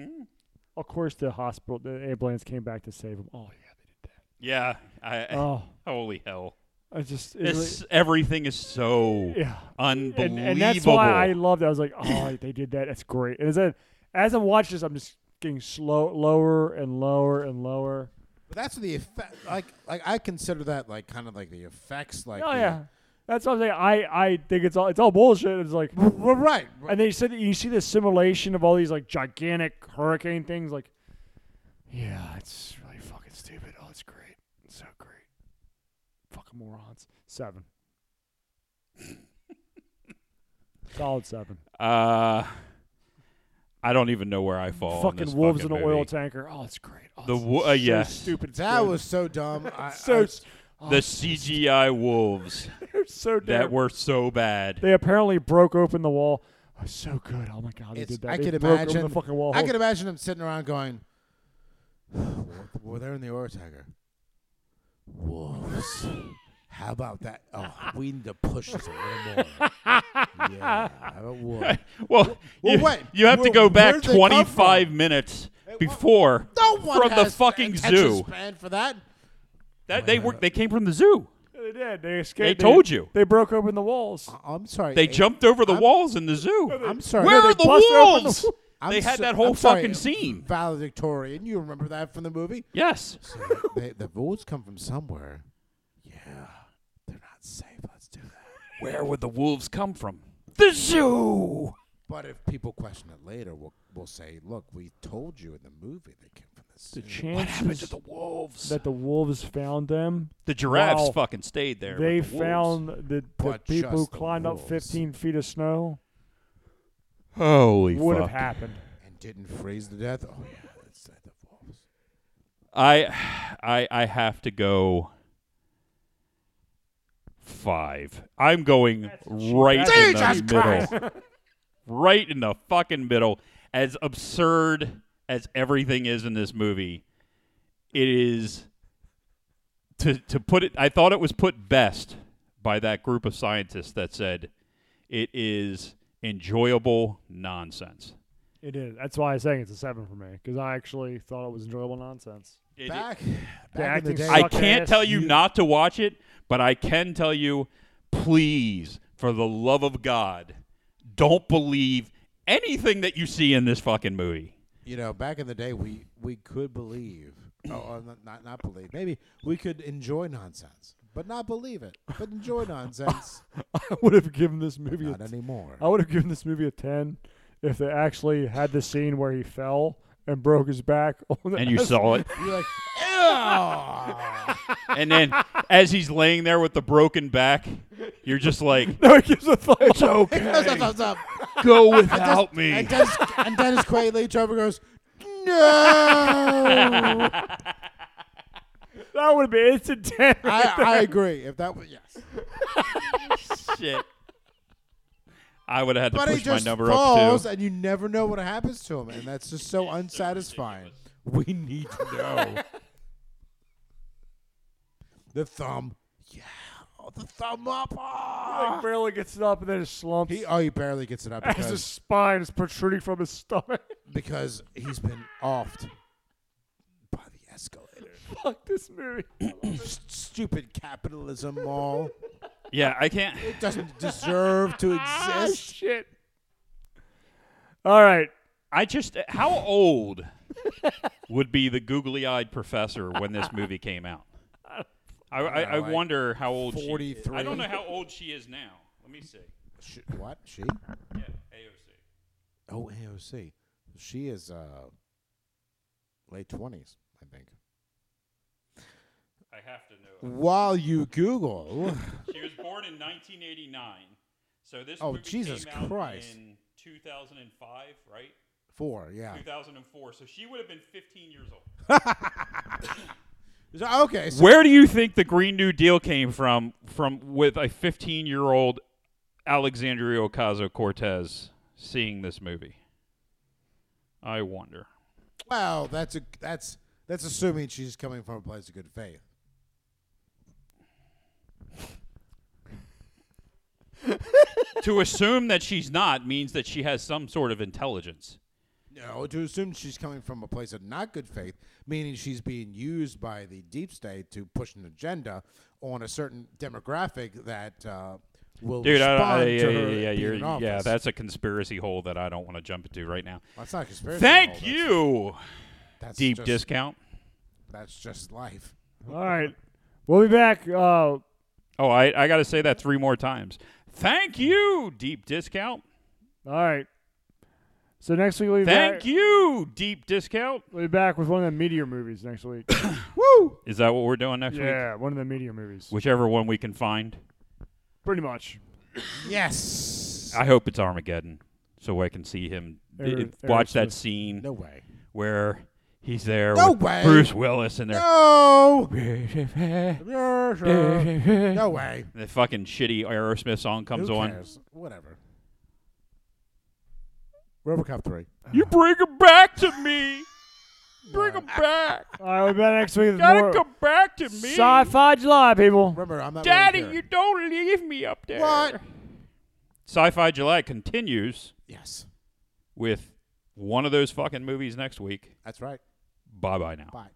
of course the hospital, the ambulance came back to save him. Oh yeah, Yeah. I, they did. Oh, holy hell. I just it This everything is so really- yeah. unbelievable. and, and that's why I loved it. I was like, oh, they did that. That's great. And as I, as I watch this, I'm just getting slow, lower and lower and lower. But that's the effect. Like, like I consider that like kind of like the effects. Like, oh the- yeah, that's what I'm saying. I, I think it's all it's all bullshit. It's like, Well, right. and they said that you see the simulation of all these like gigantic hurricane things. Like, yeah, it's really fucking stupid. Oh, it's great. It's so great. Fucking morons. [LAUGHS] Seven. Solid seven. Uh, I don't even know where I fall. on fucking this wolves fucking in an oil movie. tanker. Oh, it's great. Oh, The it's wo- uh, so yes. stupid. It's that good. was [LAUGHS] so dumb. I, so I, oh, The CGI wolves [LAUGHS] they're so that damn. were so bad. they apparently broke open the wall. Oh, so good. Oh my god, they it's, did that. I They could broke open imagine the fucking wall. I could imagine them sitting around going, "Well, they're in the oil tanker. Wolves. How about that? Oh, we need to push this a little [LAUGHS] more. yeah, how about wolves? Well, Well, you, wait. you have to Where- go back where'd they come 25 minutes before No one from the has fucking attention zoo. span for that. That they were they came from the zoo. They did. They escaped. told you. They broke open the walls. I'm sorry. eh, They I- jumped over the walls in the zoo. I'm sorry. Where No, are they- the bust open the- wolves? I'm They had so- that whole I'm sorry, fucking scene. Valedictorian. You remember that from the movie? Yes. they, the wolves come from somewhere. Yeah, they're not safe. Let's do that. Where would the wolves come from? The zoo. But if people question it later, we'll, we'll say, look, we told you in the movie they came from the The zoo. What happened chances to the wolves? that the wolves found them. the giraffes Wow. fucking stayed there. They with the wolves. found the, the But people who just the climbed up wolves. 15 feet of snow. Holy Would fuck. have happened. and didn't freeze to death. Oh, yeah, that's the the wolves. I I I have to go five. I'm going right that's in Jesus the middle. right in the fucking middle. As absurd as everything is in this movie, it is to to put it I thought it was put best by that group of scientists that said it is enjoyable nonsense. It is. That's why I was saying it's a seven for me because I actually thought it was enjoyable nonsense. [LAUGHS] It- Back, The back in the acting day, sucked. I Suck can't ass, tell you you- not to watch it, but I can tell you, please, for the love of God, don't believe anything that you see in this fucking movie. you know, back in the day, we we could believe, oh, oh, not- not not believe. Maybe we could enjoy nonsense, but not believe it, but [LAUGHS] enjoy nonsense. I would have given this movie. A not t- anymore. Oh, [LAUGHS] I would have given this movie a ten if they actually had the scene where he fell and broke his back. [LAUGHS] Oh, On the And you saw it. You're like, ew. And then as he's laying there with the broken back, you're just [LAUGHS] like, No, it gives a thumb. It goes up, up, up. go without me. And Dennis, and Dennis Quaid leans over and goes, [LAUGHS] no. That would have been it's a ten. [LAUGHS] I, I agree. If that was yes, Shit. I would have had to but he push my just number up falls, too. and you never know what happens to him, and that's just so unsatisfying. We need to know. the thumb, yeah, oh, the thumb up. Like ah. barely gets it up and then it slumps. He oh, he barely gets it up as his because, spine is protruding from his stomach. [LAUGHS] because he's been offed by the escalator. Fuck this movie. S- Stupid capitalism, all Yeah, I can't. doesn't deserve to Ah, exist. shit. All right. I just how old would be the googly-eyed professor when this movie came out? I, I, I like wonder how old she. 43. I don't know how old she is now. Let me see. Sh- what she? Yeah, AOC. Oh, AOC. She is uh, late twenties, I think. I have to know. While you Google, [LAUGHS] She was born in 1989, so this Oh, movie Jesus came out Christ. in 2005, right? four, yeah. 2004. So she would have been 15 years old. So- okay, so Where do you think the Green New Deal came from? From with a 15-year-old Alexandria Ocasio Cortez seeing this movie? I wonder. well, that's a that's that's assuming she's coming from a place of good faith. to assume that she's not means that she has some sort of intelligence. No, to assume she's coming from a place of not good faith, meaning she's being used by the deep state to push an agenda on a certain demographic that uh, will respond to her being in yeah, office. that's a conspiracy hole that I don't want to jump into right now. Well, that's not a conspiracy. at all, Thank that's- you, That's deep just, discount. That's just life. All right. We'll be back. Uh, Oh, I, I got to say that three more times. Thank you, deep discount. all right. So next week we'll be Thank back. you, deep discount. We'll be back with one of the meteor movies next week. Woo! Is that what we're doing next week? yeah, one of the meteor movies. Whichever one we can find. Pretty much. Yes. I hope it's Armageddon, so I can see him. Aer- watch that Aerosmith. scene no way. where he's there No with way. Bruce Willis, and they're No. the Yeah, sure. no way. fucking shitty Aerosmith song comes Who on. cares? Whatever. RoboCop three. You bring her back to me. Bring her back. All right, we'll be back next week with Gotta more come back to me. Sci-Fi July, people. Remember, I'm not. Daddy, really you here. don't leave me up there. What? Sci-Fi July continues Yes, with one of those fucking movies next week. that's right. Bye bye now. Bye.